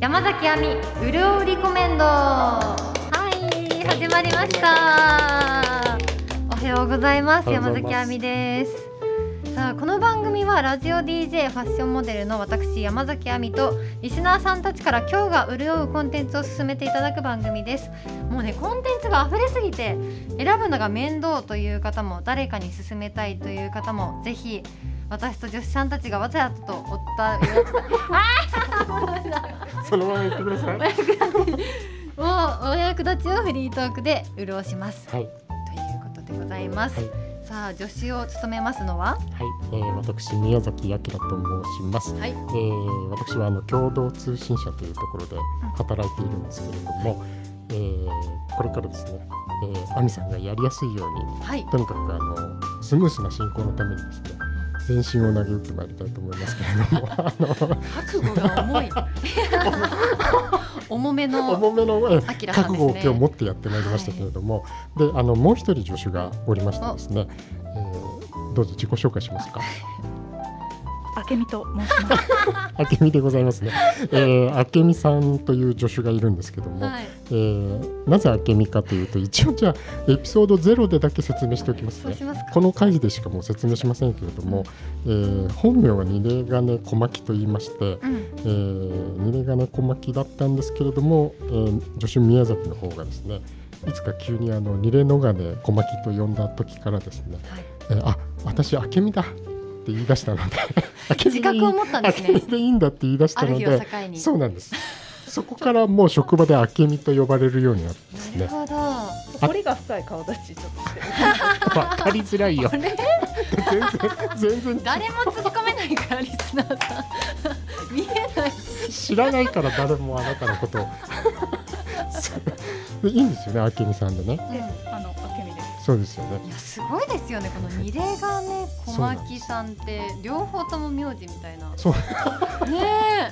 山崎亜美うるおうリコメンドはい始まりましたおはようございますおはよう山ございます崎亜美ですさあこの番組はラジオ DJ ファッションモデルの私山崎亜美とリスナーさんたちから今日が潤うコンテンツを進めていただく番組ですもうねコンテンツが溢れすぎて選ぶのが面倒という方も誰かに勧めたいという方もぜひ私と女子さんたちがわざとおったそのまま言ってください。 はい。もうお役立ちをフリートークで潤しますとはい。いうことでございます、はいさあ助手を務めますのはえー私宮崎明と申します。はいえー私はあの共同通信社というところで働いているんですけれども、えーこれからですね、えー、亜美さんがやりやすいようにはいとにかくあのスムースな進行のためにですね全身を投げ打ってまいりたいと思いますけれども あ覚悟が重い 重め のの重めの、えーあきらさんで覚す悟をね今日持ってやってまいりましたけれども、であのもう一人助手がおりましてですね、えーどうぞ自己紹介しますか。あけみと申 します。あけみでございますね。えー、あけみさんという助手がいるんですけども、はいえーなぜあけみかというと、一応じゃあエピソードゼロでだけ説明しておきますそうねし。ますかこの会議でしかもう説明しませんけれども、えー本名は二レガネ小牧と言いまして、うんえー、二レガネ小牧だったんですけれども、えー、助手宮崎の方がですね、いつか急にあの二レノガネ小牧と呼んだ時からですね、はいえーあ、私あけみだって言い出し たので、自覚を持ったんですあけみねでいいんだって言い出しあたるの日をで境、にそうなんです。そこからもう職場であけみと呼ばれるようになったんですなるね。ほど彫りが深い顔立ちちょっとして る。わかりづらいよこ。れ全然全然誰も突っ込めないからリスナーさん 見えない知らないから誰もあなたのことを。 そうでいいんですよね、あけみさんでね。うあのあけみです。そうですよねん。いやすごいですよねこの二例がね小牧さんって両方とも名字みたいなそうね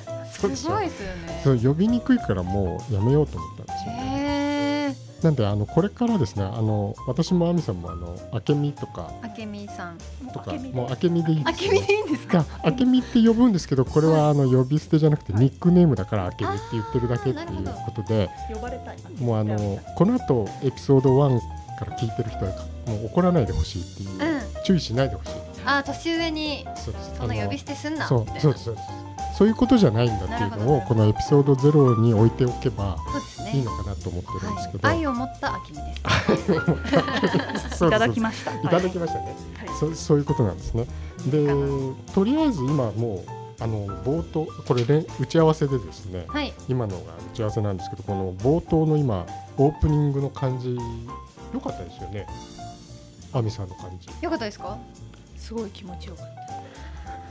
えすそうでしょごいですよねそう呼びにくいからもうやめようと思ったんですよ。へえなんであのこれからですね、あの私もあみさんもあのあけみとかあけみさんもとうあかけみもうあけみでいいあですけよみね。でいいんですかがあけみって呼ぶんですけどこれはあの呼び捨てじゃなくてニックネームだからあけみって言ってるだけっていうことで呼ばれたい。もうあのこの後エピソード1から聞いてる人はもう怒らないでほしいっていう、う注意しないでほしいあ年上にそうですそんな呼び捨てすんなあのみたいなそうそうですそうですそういうことじゃないんだっていうのをこのエピソード0に置いておけばそうですねいいのかなと思ってるんですけど、はい、愛を持ったあけみです そうですいただきました。いただきましたね、はいそそういうことなんですねでかとりあえず今もうあの冒頭これね打ち合わせでですねはい今のが打ち合わせなんですけどこの冒頭の今オープニングの感じ良かったですよね亜美さんの感じよかったですかすごい気持ちよかっ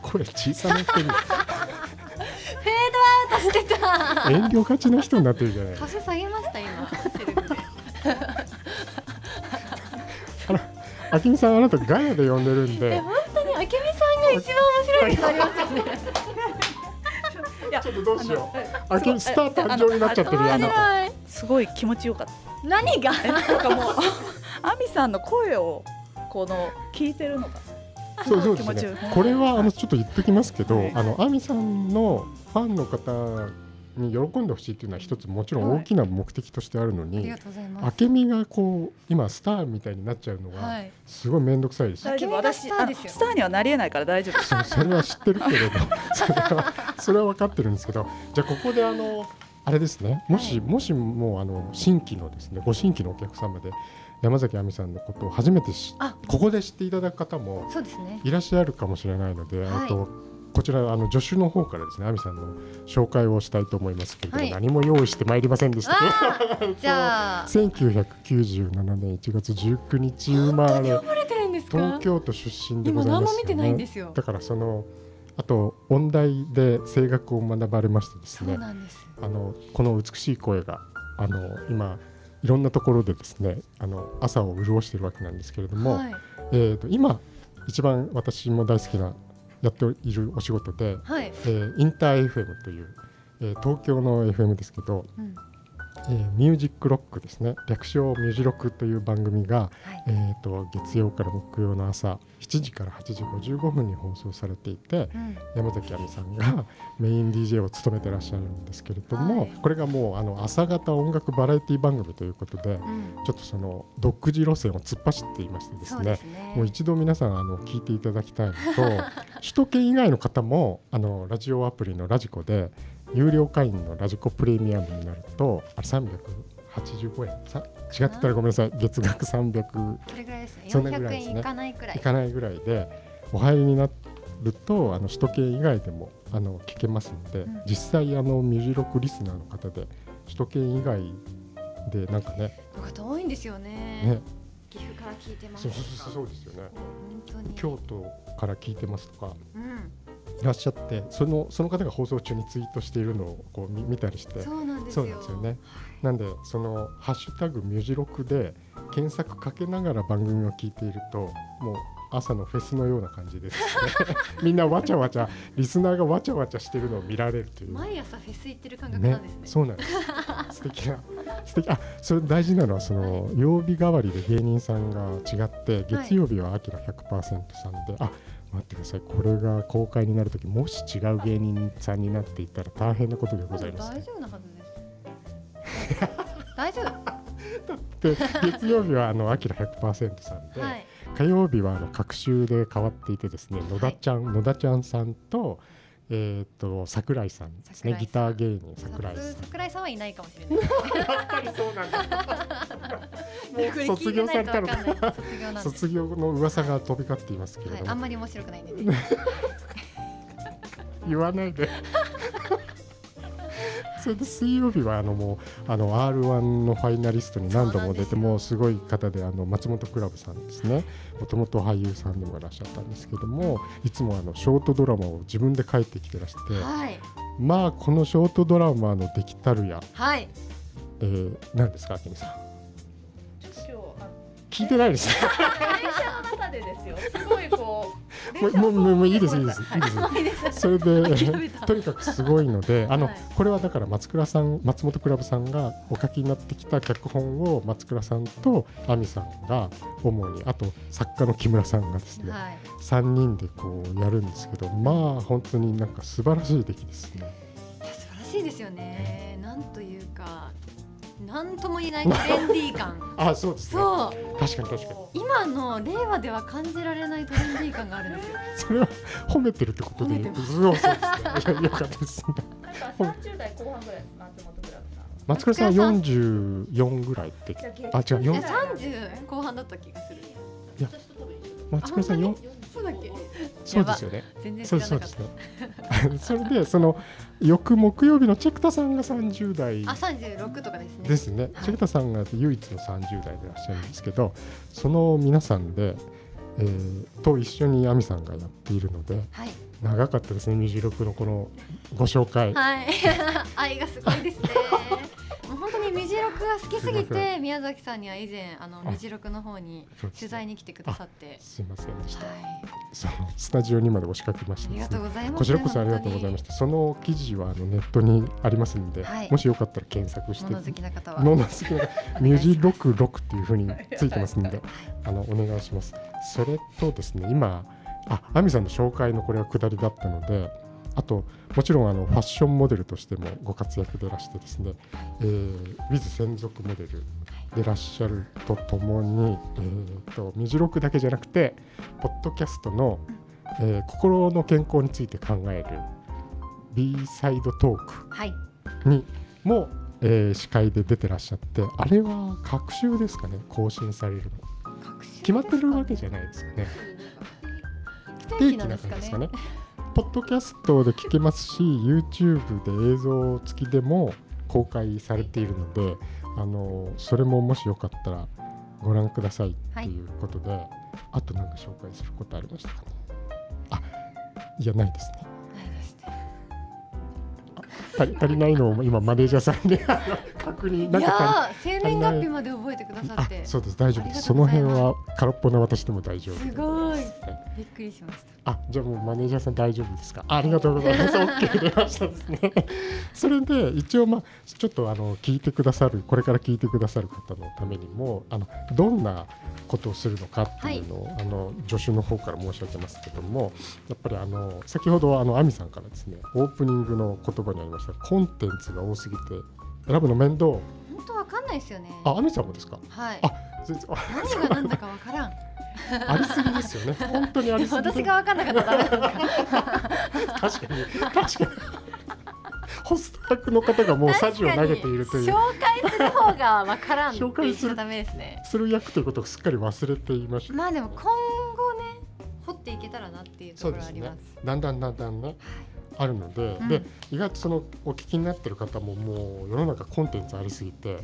た。声小さな人にフェードアウトしてた遠慮がちな人になってるじゃないカフ下げました 今セルフであきみさんあなたガヤで呼んでるんえで本当にあけみさんが一番面白い人ありますよねいやちょっとどうしようあのあけスター誕生になっちゃってるやんなあの面白いすごい気持ちよかった。何がえなんか もうあみさんの声をこの聞いてるのがそうそうです気持ちよねいこれはあのちょっと言っときますけど、はいあの亜美さんのファンの方に喜んでほしいっていうのは一つもちろん大きな目的としてあるのありに、がとうございあますけみがこう今スターみたいになっちゃうのはがいすごい面倒くさいです、大丈夫。あけみが私スターあでのすよスターにはなりえないから大丈夫。そうそれは知ってるけれどそれはそれは分かってるんですけどじゃあここであのあれですねもし、もしもうあの新規のですねご新規のお客様で山崎亜美さんのことを初めてしあここで知っていただく方もそうですねいらっしゃるかもしれないので、はいえっとこちらあの助手の方からですね亜美さんの紹介をしたいと思いますけれど、はい何も用意してまいりませんでした けどあーじゃあ1997年1月19日生まれ覚えてるんですか東京都出身でご今ざいます何よねも見てないんですよだからそのあと音大で声楽を学ばれましてですそうねなんですあのこの美しい声があの今いろんなところでですねあの朝を潤しているわけなんですけれども、はいえー、と今一番私も大好きなやっているお仕事で、はいえーインター FM という、えー東京の FM ですけどうんえーミュージックロックですね略称ミュージロックという番組が、はいえー、と月曜から木曜の朝7時から8時55分に放送されていてうん山崎亜美さんが メイン DJ を務めてらっしゃるんですけれども、はいこれがもうあの朝方音楽バラエティ番組ということでうんちょっとその独自路線を突っ走っていましてですそうねですねもう一度皆さんあの聞いていただきたいの と首都圏以外の方もあのラジオアプリのラジコで有料会員のラジコプレミアムになるとあれ385円さ違ってたらごめんなさい月額300それぐらいですねそんなぐら400いですね円いかないくらいいかないぐらいでお入りになるとあの首都圏以外でもあの聞けますので、うん実際あのミュージロックリスナーの方で首都圏以外でなんかねの方多いんですよねね岐阜から聞いてますそとうかそうそうそうですよね本当に京都から聞いてますとかうんいらっしゃってそのその方が放送中にツイートしているのをこう見見たりしてそうなんですそようなんですよねなんでその「ハッシュタグミュージロク」で検索かけながら番組を聞いているともう朝のフェスのような感じですね みんなわちゃわちゃリスナーがわちゃわちゃしてるのを見られるという。毎朝フェス行ってる感覚なんですねそうなんです。素敵な、 素敵、あ、それ大事なのは、その曜日代わりで芸人さんが違って、月曜日はあきら100%さんで、あ。待ってくださいこれが公開になるときもし違う芸人さんになっていたら大変なことでございます、大ね丈、夫なはずです大丈 夫で月曜日はあのあきら100%さんで、はい火曜日はあの隔週で変わっていてですね野田ちゃん、野田ちゃんさんと,、えー、と桜井さんです桜井ねさんギター芸人桜井さん桜井さんはいないかもしれない やっぱりそうなんだ。これ聞いてないとわかんない卒業なんです卒業の噂が飛び交っていますけれはどい、も、あんまり面白くないんでね。言わないで。 それで水曜日はあのもうあの R1 のファイナリストに何度も出てそうなんですよもうすごい方であの松本クラブさんですねもともと俳優さんでもいらっしゃったんですけどもいつもあのショートドラマを自分で書いてきてらしてはい、まあこのショートドラマの出来たるや、はい、えー、何ですかあけみさんちょっと今日あの聞いてないです電車の中でですよ。すごいこう。 もうもうもうもういいですいいですいいですはいいいです。それで諦めた とにかくすごいのであの、はいこれはだから松倉さん松本クラブさんがお書きになってきた脚本を松倉さんと亜美さんが主にあと作家の木村さんがですね、はい、 3人でこうやるんですけどまあ本当になんか素晴らしい出来ですね。いや素晴らしいですよね。なんというか、なんとも言えないトレンディー感。あ そうですねそう、確かに確かに今の令和では感じられないトレンディー感があるんですよ。それは褒めてるってことで褒めてまそうそうですねいやよかったですねなんか三十代後半ぐらいです松本クラブさんは。松倉さんは44ぐらいってじゃあ違ういよや、三十後半だった気がする。松倉さあ本んよ当そうだっけ。そうですよね全然そ知うでらすそなうでかっ すね。それでその翌木曜日のチェクタさんが30代た。あ、三十六とかですね。ですね。はいチェクタさんが唯一の30代でいらっしゃるんですけど、その皆さんで、えーと一緒に亜美さんがやっているのではい、長かったですね。ミュージロックのこのご紹介。はい、 愛がすごいですね。もう本当にミジロクが好きすぎて、宮崎さんには以前、あのあミジロクの方にそうです取材に来てくださって。すいませんでした。はい、そのスタジオにまで押しかけましあたりでがすとねうございます。こちらこそありがとうございました。その記事はあのネットにありますので、はいもしよかったら検索して物好きな方は。物好きなミュージロックロックっていう風についてますので、あのお願いします。それとですね、今、あ、アミさんの紹介のこれは下りだったので、あともちろんあのファッションモデルとしてもご活躍でらしてですね、えー、Wiz 専属モデルでらっしゃるとともに、えー、とミュージロックだけじゃなくて、ポッドキャストの、えー心の健康について考える B サイドトーク。はい、にも、えー司会で出てらっしゃってあれは隔週ですかね更新されるの決まってるわけじゃないですかね不定期定期なんなで感すかじですかね。ねポッドキャストで聞けますし YouTube で映像付きでも公開されているのであのそれももしよかったらご覧くださいということで、あと何か紹介することありましたかねあいやないですねないですね足り足りないのを今マネージャーさんであの確認いなんか足りやー、生年月日まで覚えてくださあって。すそうです大丈夫ですあそりがとうござのい辺ますは空っぽな私でも大丈夫ごい、ですね。びっくりしました。あじゃあもうマネージャーさん大丈夫ですかあありがとうござ います OK 出ましたですね それで一応まあちょっとあの聞いてくださるこれから聞いてくださる方のためにもあのどんなことをするのかっていうのを、あの助手の方から申し上げますけどもやっぱりあの先ほどあのアミさんからですねオープニングの言葉にありましたコンテンツが多すぎて選ぶの面倒本当わかんないですよね。あアミさんもですかはい。あ全然あ何が何だかわからん。ありすぎですよね本当にありすぎ私がわかんなかったらダメなんですか。確かに確かにホスト役の方がもうサジを投げていると いう確かに紹介する方がわからんって紹介す言っちゃるダメです ね。する役ということをすっかり忘れていました、まあでも今後ね掘っていけたらなっていうそとうころであすりまねす。だんだんだんだんねあるので、うんで意外とそのお聞きになってる方ももう世の中コンテンツありすぎて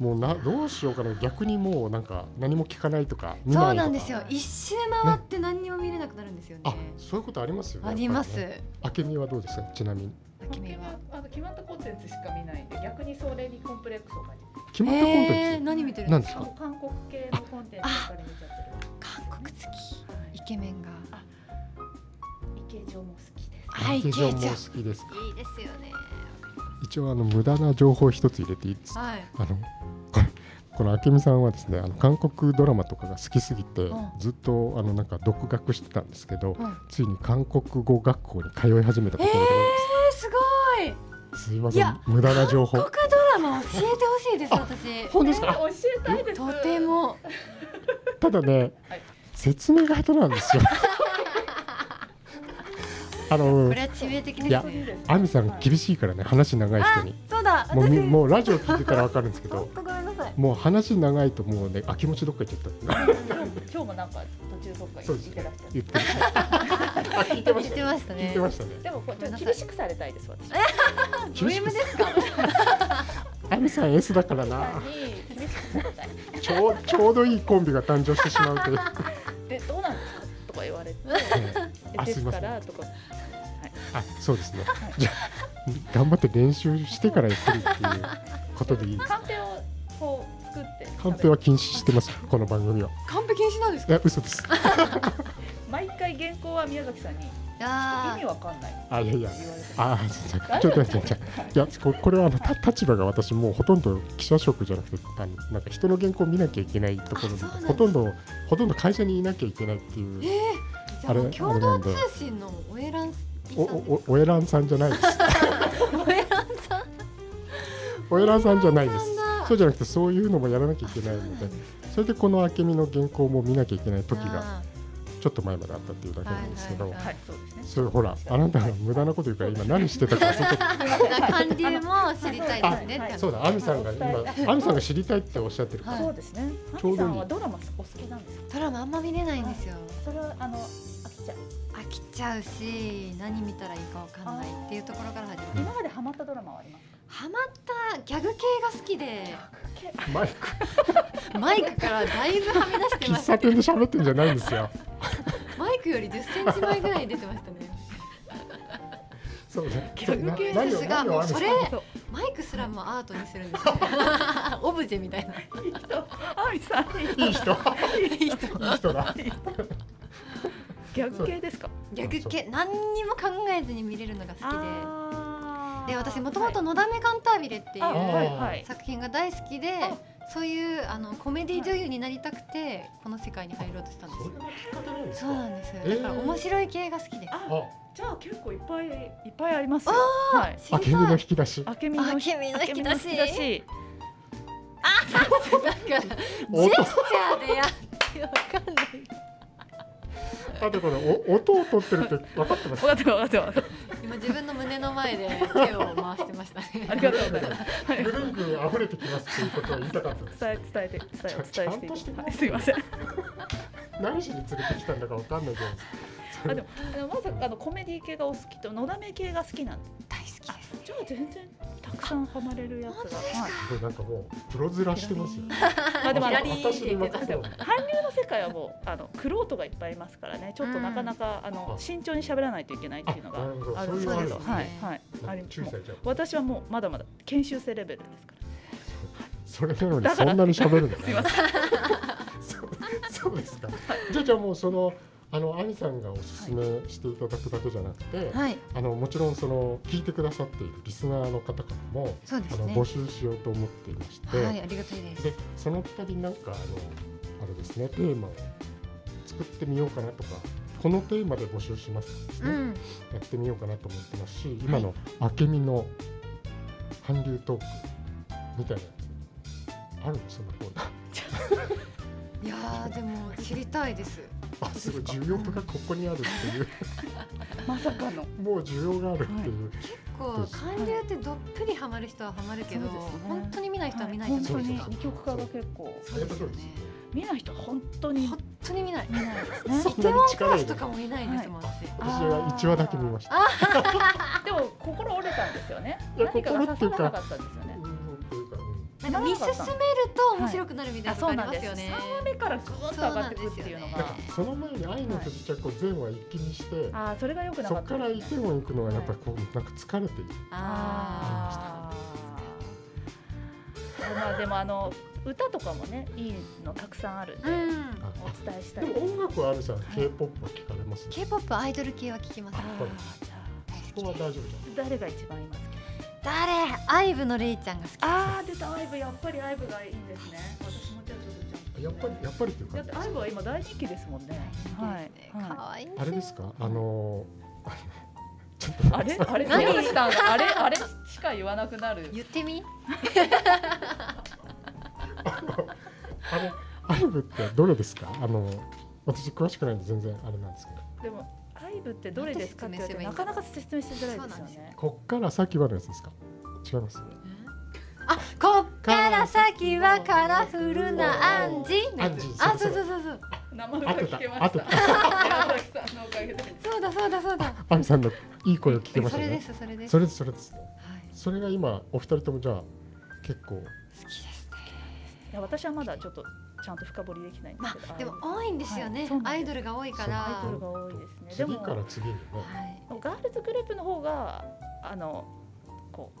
もうなどうしようかな逆にもうなんか何も聞かないとか見そなういとかなんですよ。一周回って何にも見れなくなるんですよね。あそういうことありますよねありまやっぱりねす。あけみはどうですかちなみに秋めは。あの決まったコンテンツしか見ないんで逆にそれにコンプレックスを感じて決まったコンえテー、ンツ、何見てるんですあか。なんで韓国系のコンテンツばっかり見ちゃってる韓国好き。はいイケメンが。イケジョも好きですはい、ケイ劇ちゃん。いい場もで好きですすよね。一応あの無駄な情報一つ入れていいですかはい。あのこれこの明美さんはですねあの韓国ドラマとかが好きすぎて、うんずっとあのなんか独学してたんですけど、うんついに韓国語学校に通い始めたところでございえー、すごい。ます、すいまいせんや無駄な情報韓国ドラマ教えてほしいです、私。本当ですえーか教えたいですとても。ただね、はい説明が下手なんですよあのこれは致命的ですいやね。亜美さん厳しいからね話長い人にそうだ、もうみ私。もうラジオ聞いてたらわかるんですけ本ど当ごめんなさい。もう話長いともうねあ気持ちどっか行っちゃったって今日も今日もなんか途中どっかそうで行すってらっしゃ言るってましたあ聞いてま言っしたてました聞いねて。ましたねでもこうちょごめっとんなさい厳しくされたいです私ド M ですか。 アミさん S だからなに厳しくされたいちょうちょうどいいコンビが誕生してしまう という、でどうなんですかとか言われて あですいまかせんらとかあそうですねじゃあ頑張って練習してからやってるっていうことでいいですカンペをこう作ってカンペは禁止してますこの番組はカンペ禁止なんですい。や嘘です毎回原稿は宮崎さんに意あ味わかんないってあいやいや言われてあちょっとちょっと待ってちょっと待っていやここれはあのた立場が私もうほとんど記者職じゃなくてあのなんか人の原稿を見なきゃいけないところあそうなんだでほとんどほとんど会社にいなきゃいけないっていあ。うええ。じゃあもうあれ共同通信のおえらん。おおおおえらんさんじゃないですおえらんさん。おえらんさんじゃないですおえらんさんだそうじゃなくてそういうのもやらなきゃいけないあそうのなでんですそれでこの明美の原稿も見なきゃいけない時があちょっと前まであったっていうだけなんですけはいどはいはいそうですねそれほらあなたが無駄なこと言うから今何してたかそこー。韓流も知りたいですね。あはいそうだ亜美さん が今亜美さんが知りたいっておっしゃってるかはらいそうですね。ちょうどいいハミさんはドラマお好きなんですか。ドラマあんま見れないんですよ。それはあの飽きちゃう。飽きちゃうし、何見たらいいかわかんないっていうところから始まる今。までハマったドラマはありますか。ハマったギャグ系が好きで、マイクマイクからだいぶはみ出してま喫 し茶たけ店どで、喋ってるんじゃないんですよマイクより10センチ前ぐらい出てましたね。そうねギそうャなグ系何でをすが、何もをう亜美さそんれそうマイクすらもアートにするんですよ。オブジェみたいな。ハミさんいい人いい人いい人だ逆系ですか。逆系何にも考えずに見れるのが好あきーで、で私もともとはいのだめカンタービレっていあうはいはい。作品が大好きであ、そういうあのコメディ女優になりたくてこの世界に入ろうとしたんですそよれ。がきっかけなんですそうなかんです。えーだから面白い系が好きです。ああじゃあ結構いっぱいいっぱいありますよ。あはい。知明り美のた引い。き出しあけみあのけみの引き出しあけみの引き出しだからジェスチャーで音やってわかんない。あとこれお音を取ってるって分かってますわかったわかったわかっ今自分の胸の前で手を回してましたね。た。ありがとうございます。はいぐるんぐるん溢れてきますっていうことを言いたかったです伝え伝えて伝えお伝えしていちゃんとしてきくださいはいすいません。何しに連れてきたんだか分かんないじゃないですかあでもあのまさかあのコメディ系がお好きとのだめ系が好きなんです。大好きです。じゃあ全然たくさんハマれるやつが。はい。これなんかもうプロ面してますよねまあでもあのピラリー私に任せろ韓流の世界はもうあのクロートがいっぱいいますからねちょっとなかなか、あのあ慎重に喋らないといけないっていうのあなるほどがあるんですそういけうのど、あるはいんですねはい、あります注意されちゃう私はもうまだまだ研修生レベルですからそれなのにだそか らんなに喋るんだすいまねそうそうですかじゃあじゃあもうそのあの亜美さんがおすすめしていただくだけじゃなくて、はい、あのもちろんその聞いてくださっているリスナーの方からも、そうであすのね募。集しようと思っていまして、はい、ありがたいです。でその二人なんかあのあれですねテーマを作ってみようかなとかこのテーマで募集しますですうね、ん、やってみようかなと思ってますし今のあけみの韓流トークみたいなやつあるのそんなコーナーいやーでも知りたいです。あすごい需要がここにあるっていうまさかの。もう需要があるっていう、こう韓流ってどっぷりハマる人はハマるけど、そうですね本当に見ない人は見ないじゃない本当でにすか。二極化が結構。そうですよね。見ない人本当に本当に見ない。見ないですね。そイんテなウにォンク力ラ入スれなといかも見ないですもん、私。私は1話だけ見ました。でも心折れたんですよね。いや何かが刺さ心らなかったんですよね。うんというかうんなんか見進めると面白くなるみたいなとこありますよね。はいあそうなんです三話目からぐーっと上がってくっていうのそうなんだがからその前に愛の不時着を全話一気にして、ああそれが良くなそかこっかたらイでテすウね。ォン行くのはやっぱりこうなんか疲れている。ああ。まあでもあの歌とかもねいいのたくさんあるんでーうん。あお伝えしたでい。も音楽はあるじゃん。い K-POP は聞かれます。 K-POP アイドル系は聞きます。あーじゃあここは大丈夫じゃん。誰が一番いますか。誰？アイブのレイちゃんが好き。ああ出たアイブやっぱりアイブがいいんですね。私もちょっとちゃんとやっぱりやっぱりっていうだかってアイブは今大人気ですもんね。はい。可愛いんですよ。あれですか。あのーあのちょっとあれあれ何山口さんがあれあれしか言わなくなる。言ってみ。あれアイブってどれですか。あの私詳しくないんで全然あれなんですけど。でもアイブってどれですかって言われてななてん説明すればいいかのなか説明しづらいですそうなよんね。こっから先はのやつですか。違います。あ、こっから先はカラフルなアンジ。アンジあ、そうそうそうそう。名前が聞けま合しってた。た山崎さんのおかげで。そうだそうだそうだ。アミさんのいい声を聞けましそたれでね。すそれです。そはい。れですそれです。それが今お二人ともじゃあ結構好きですね。いや私はまだちょっとちゃんと深掘りできないんでますけど。あでもアイ多いんですよはねいそう。なんアですイドルが多いかアイドらル。が多いですね次かでらも次にね。はい。ブガールズグループの方があのこう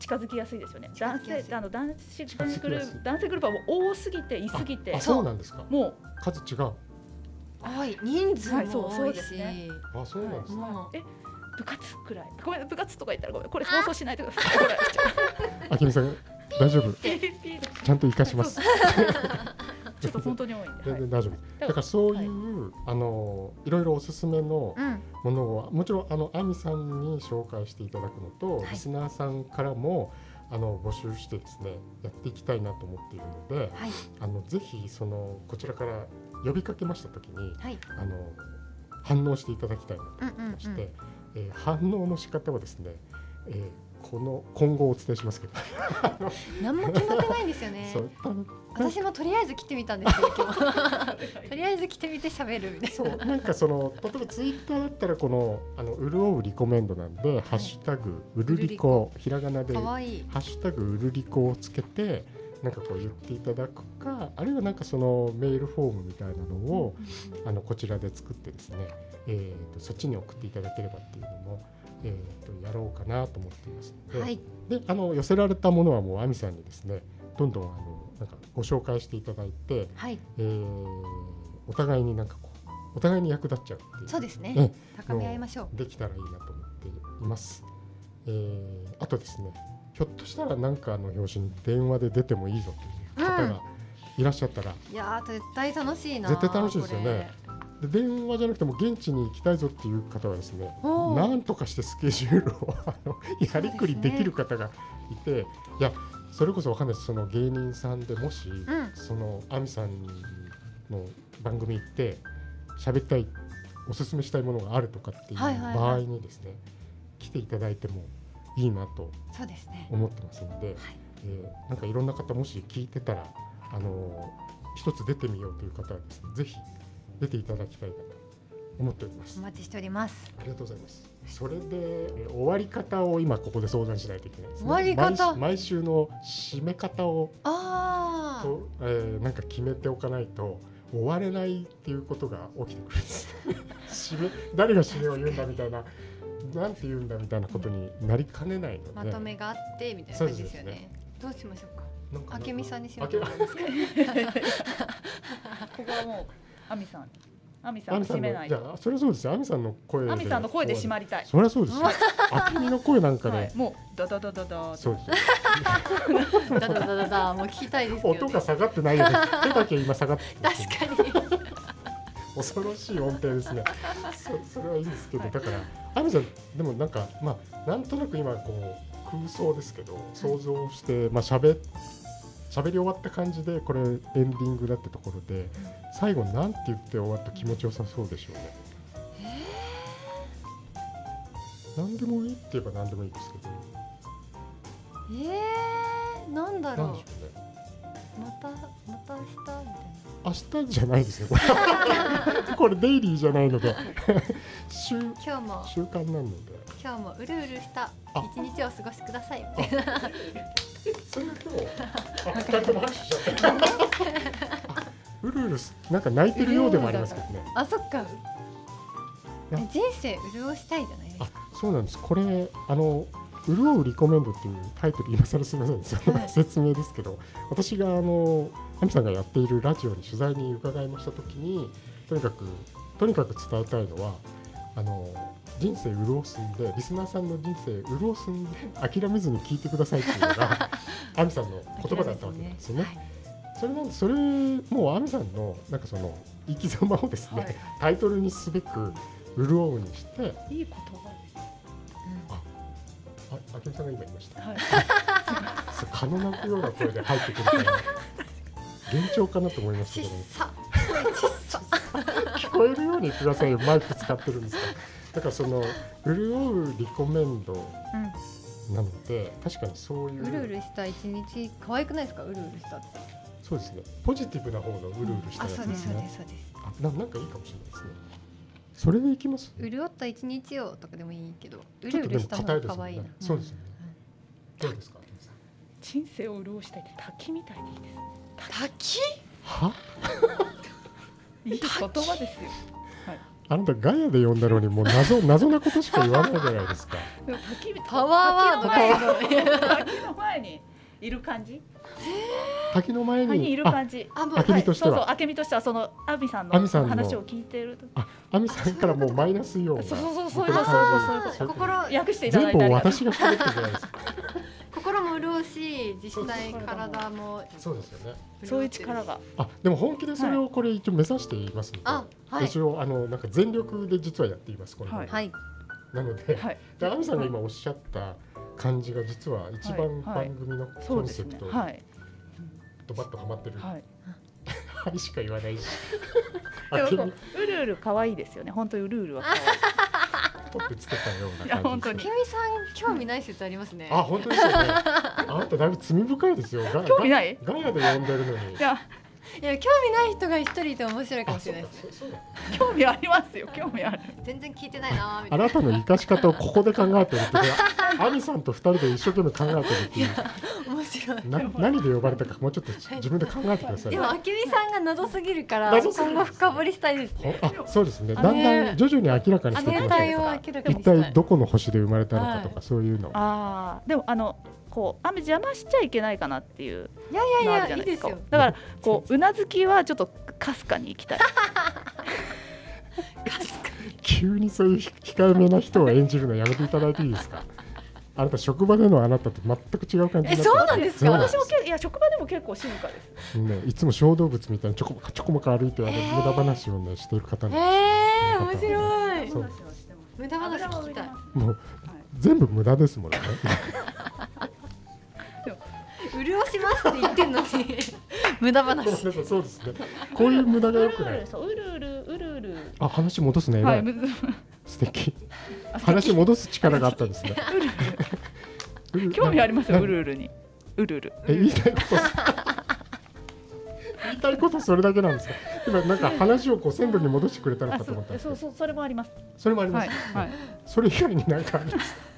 近づきやすいですよね。近づ男きやすい性あの男子近づきグルやすいープ男性グループはもう多すぎていすぎてあそうなんですか。もう数違う。多い人数はいそうも多そういですし。ねあそうなんですね。もうえ部活くらいごめん部活とか言ったらごめんこれ放送しないでくださ いほらあきみさん大丈夫。 PP だちゃんと活かします。 ちょっと本当に多いんで、全はい然大丈夫です。だからそういう、あのいろいろおすすめのうん。ものをもちろんあのアミさんに紹介していただくのと、はいリスナーさんからもあの募集してですねやっていきたいなと思っているので、はいあのぜひそのこちらから呼びかけました時にはい。あの反応していただきたいなとうんうん思いまして、うん。えー反応の仕方はですね、えーこの今後お伝えしますけど、何も決まってないんですよね そ。うた私もとりあえず来てみたんですよ今日 とりあえず来てみて喋るみたい そうなんかその例えばツイッターだったらこのあのうるおうリコメンドなんで、ハッシュタグうるりこひらがなでな。可ハ愛いい。ッシュタグうるりこをつけてなんかこう言っていただくかあるいはなんかそのメールフォームみたいなのを、あのこちらで作ってですね、えー、とそっちに送っていただければっていうのも、えー、とやろうかなと思っていますので,、はい。であの寄せられたものはもうあみさんにですねどんどんあのなんかご紹介していただいて。はい。えーお互いになんかこうお互いに役立っちゃうっていうそうですねえ高め合いましょう。できたらいいなと思っています、えーあとですねひょっとしたらなんかの表紙に電話で出てもいいぞという方がいらっしゃったら、いやー絶対楽しいな。絶対楽しいですよねで電話じゃなくても現地に行きたいぞっていう方はですねこれ。おなーんとかしてスケジュールをあのやりくりできる方がいて、いやそれこそわかんないですその芸人さんでもし、うん。その亜美さんの番組行って喋りたいおすすめしたいものがあるとかっていうはいはいはい場合にですね、来ていただいてもいいなとそうですね。思ってますので、えーなんかいろんな方もし聞いてたら、あのー一つ出てみようという方はですねぜひ出ていただきたいなと思っておりまおす。待ちしております。ありがとうございます。それで、えー終わり方を今ここで相談しないといけないですね。終わり方毎毎週の締め方をああ。と、えーなんか決めておかないと終われないっていうことが起きてくるんです締め誰が締めを言うんだみたいななんて言うんだみたいなことになりかねないのでまとめがあってみたいな感じですよね。どうしましょうか。なんかあけみさんにしまあしょけうか。ここはもう亜美さんアミさアんミをさ締んのめないじゃと。あそれはそうですよ。アミさんの声で。アミさんの声で締まりたい。そりゃそうですよ。あくみの声なんか はねい、。もうダダダダダーそうです よ。だだだだだ、もう聞きたいですけど、ね。音が下がってないよね。手だけ今下がってる。確 かに。恐ろしい音程ですね。そそれはいいですけど、はいだから、アミさん、でもなんか、まあ、なんとなく今、こう、空想ですけど、想像して、まあ、しゃべ、喋り終わった感じで、これ、エンディングだってところで、最後、なんて言って終わった気持ちよさそうでしょうね。なんでもいいって言えばなんでもいいですけど、ええー、なんだなんろでしょうね。う。また、また明日みたいな。明日じゃないですよ、 これ。これデイリーじゃないので、 週、今日も、週間なので。今日もうるうるした一日をお過ごしください。みたいなそ れと、あ、二人とも拍手しちゃった。 ウルウルス、なんか泣いてるようでもありますけどね。あ、そっか。や人生潤したいじゃないですかあ。、そうなんです。これ、あの。潤うリコメンドっていうタイトル、今更すみません、その 説明ですけど、私があの、亜美さんがやっているラジオに取材に伺いましたときに、とにかく、とにかく伝えたいのは、あの、人生潤すんで、リスナーさんの人生潤すんで、諦めずに聞いてくださいっていうのが、亜美さんの言葉だったわけなんですよね。はいそれなんそれもう亜美さんのなんかその生き様をですね、はいタイトルにすべく潤うにしていい言葉です。ああけみさんが今言いましたはい。そう蚊の鳴くような声で入ってくるから幻聴かなと思いますちけっど、 さ。ちっさ。聞こえるようにくださいよマイク使ってるんですからだからその潤うリコメンドなので確かにそういううるうるした一日、可愛くないですか。うるうるしたって。そうですねポジティブな方のうるうるしたあ、やつそうでです、すそうでねす、そうです。あななんかいいかもしれないですねそれでいきます潤った一日をとかでもいいけど。うちょっるうとでるもしたの硬いがです可もん愛いねな。。そうですよねうん。どうですか。皆さん人生を潤したいって滝みたいにいいです。滝。は？いい言葉ですよ。あなたガヤで呼んだのにもう謎 謎なことしか言わないじゃないですか。でも滝パワーワード滝のがすごい。前に滝の前にいる感じ。滝の前滝ににいるあ感じ。あ、もあうけみとしてそうはそう、明美としてはそのアミさん亜美さんのの話を聞いてると。亜美さんからもうマイナスイオンがそうそうそうそう僕の感じそうそうそうそいううこと心、訳していただ全い部たり。私が喋ってるじゃないですか。心も潤うし、そう実そう際体も。そうですよね。そういう力が。あでも本気でそれをこれ一応目指していますので、あ、はい。一応あのなんか全力で実はやっていますこれ、はいはい。なので、はい。で亜美さんが今おっしゃった感じが実は一番はいはい番組のそコうンですセプねト。はい。ドバッとハマってる。はい。はいしか言わないし。であもけみこうウルウル可愛いですよね。本当にウルウルは可愛い。取ってつけたよういなや感本じ当でにすけみさん、興味ない説ありますね。あ、本当ですよね。あなただいぶ罪深いですよ。ガ興味ないガガヤで呼んでるのにい。や、いや、興味ない人が一人いて面白いかもしれないですね。そうそうだ興味ありますよ。興味ある。全然聞いてないなーみたあいな。なたの生かし方をここで考えてるって、これアミさんと二人で一生懸命考えてるっていう。面白い。な何で呼ばれたかもうちょっと自分で考えてくださいで。も、あけみさんが謎すぎるから、謎すぎる今後深掘りしたいです。ほあ、そうですね。あだんだねん徐々に明らかにあしてきのま対す応よ。を明らかに一した体い。どこの星で生まれたのかとはかそういうの。ああ、でもあのこう雨邪魔しちゃいけないかなっていういやいのあるやいや、いじゃないいでですすか。よ。だからこううなずきはちょっとかすかに行きたい。急にそういう控えめな人を演じるのやめていただいていいですか。あなた職場でのあなたと全く違う感じになってるえそうなんですかそうなん 私もけいや職場でも結構静かです。ね、いつも小動物みたいにちょこまかちょこまか歩いてあの、えー無駄話をねしている方えにえー、面白いそ。う話はしてます無駄話油聞も入きれたいま。すもう全部無駄ですもんね。潤しますって言ってんのに 無駄 ごめんな話さいそうですね。 こういう無駄が良くウなルウルい。そうウルウルウルウル。あ話戻すね。は偉い。いむず素敵。話戻す力があったんですね。ウルウル 興味あ りますよウルウルに。ウルウル。え言いたいこと。 言いたいことそれだけなんですか。今なんか話をこう線路に戻してくれたのあかとそ思ったんうですそけうど。そうそれもあります。それもありまはすい。はい。それ以外になんかあります。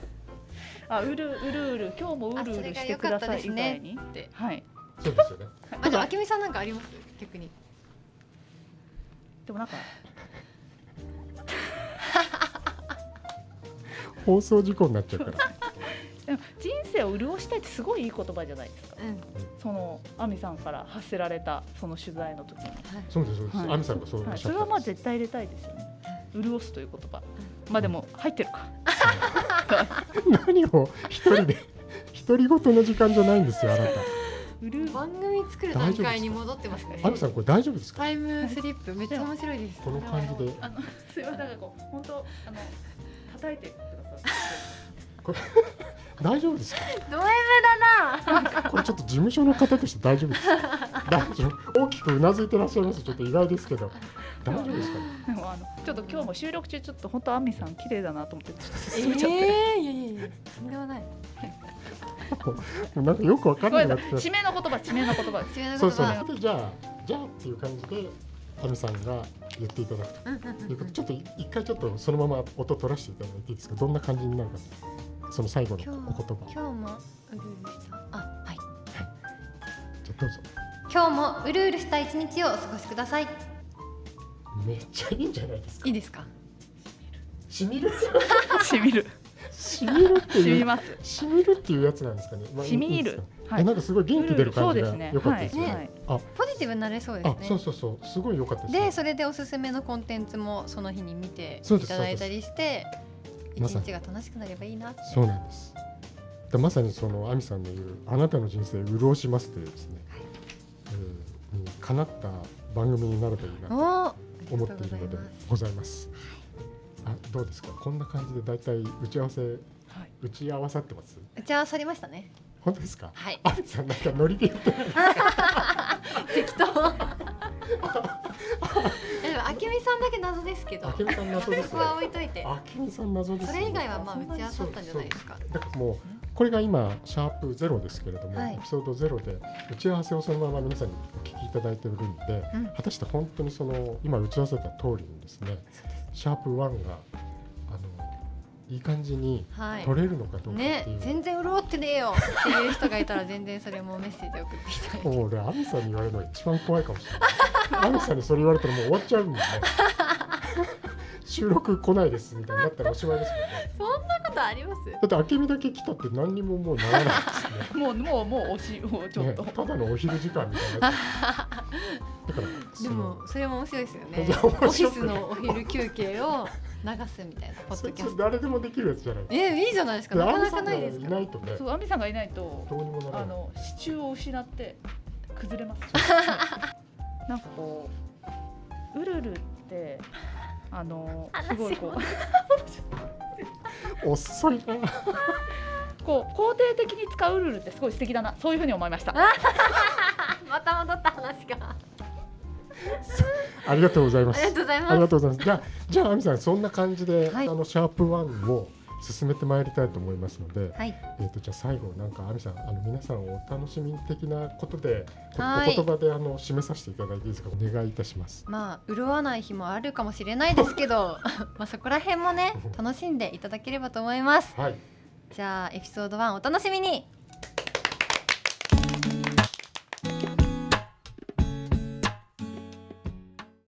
あうるうるうる今日もうるうるしてください以外にっ。てはい。そうですよね。あじゃああけみさんなんかあります逆にでもなんか放送事故になっちゃうから。 でも人生を潤したいってすごいいい言葉じゃないですか。うんその亜美さんから発せられたその取材の時に。そうですそうです。はい亜美さんがそうおっはい、しゃそっれてはままあす。絶対入れたいですよね。潤すという言葉。まあでも入ってるか。何を一人で独り言の時間じゃないんですよあなた。潤番組作る段階に戻ってますから亜美さんこれ大丈夫ですか？タイムスリップめっちゃ面白いですこの感じであのすいませんなんかこう本当あの叩いてくださ大丈夫ですか？ド M だなこれちょっと事務所の方として大丈夫ですか？大丈夫。大きくうなずいてらっしゃいます。ちょっと意外ですけど。大丈夫ですかね？い。でもあのちょっと今日も収録中ちょっと本当アミさん綺麗だなと思ってちょっとえ進めちゃって。ー、いやいやいやとんでもないもうなんかよくわかんごなめくんなっなさいてき締めの言葉締めの言 葉です。締めた。の言そうそう葉。でじゃあじゃあっていう感じで亜美さんが言っていただくと。うんうんうんいうことちょっと一回ちょっとそのまま音取らせていただいていいですかどんな感じになるかその最後の今お言葉日今日もうるうるしたあはいじゃあどうぞ今日もうるうるした一日をお過ごしくださいめっちゃいいんじゃないですかいいですかしみるしみる。しみるってしいみうます。しみるっていうやつなんですかね、まあしみいいんでするか。はえいな。んかすごい元気出る感じうんそがうですね良かったですね,、はいはいポジティブになれそうですあねそうそうそうすごい良かったですねでそれでおすすめのコンテンツもその日に見てそういですただいたりして一まさに日が楽しくなればいいなってそうなんですでまさにその亜美さんの言う「あなたの人生潤します」というですね、えーにかなった番組になればいいなとおーあり思がっとうてごいざるいのでますございます。あどうですかこんな感じでだいたい打ち合わせはい。打ち合わさってます打ち合わせありましたね本当ですか はいあんさんなんかノリで言 って適当えでもあけみさんだけ謎ですけどあけみさん謎ですそこねは置いといてあけみさん謎ですそねれ以外はまあそんな打ちに合わせだったんじゃないですかだからもうこれが今シャープゼロですけれども、はいエピソードゼロで打ち合わせをそのまま皆さんにお聞きいただいているんで、うん果たして本当にその今打ち合わせた通りにですねシャープ1があのいい感じにはい取れるのかどうかってねいう、全然潤ってねえよっていう人がいたら全然それもメッセージ送ってき たいもう俺、アミさんに言われるのが一番怖いかもしれない。アミさんにそれ言われたらもう終わっちゃう んで、ね、収録来ないですみたいになったらおしまいですもんね。そんなことありますだって、あけみだけ来たって何にももうならない でもうもうもうおし もうちすょね。っと。ねただのお昼時間みたいなやつ。だかでら、そのもそれも面白いですよねいやオ面フ白くないィスのお昼休憩を流すみたいなポッそドれキャそれスト誰でもできるやつじゃないでえいいじゃないですすかか。なかアミなさかんながいですからないとね、そうアミさんがいないとどうにもならあない。の支柱を失って崩 れます。なんかこううるるって あのすごいこう。遅いな。こう肯定的に使うルールってすごい素敵だなそういうふうに思いましたまた戻った話がありがとうございまありがす。とうございありまがすとうございます。じゃあ、じゃあ、アミさん、そんな感じで、はいあのシャープ1を進めてまいりたいと思いますので。はいえー、とじゃあ最後なんか亜美さんあの皆さんをお楽しみ的なことでこはいお言葉であの締めさせていただいていいですかお願いいたします。まあ潤わない日もあるかもしれないですけど まあそこら辺もね楽しんでいただければと思いますはい、じゃあエピソード1お楽しみに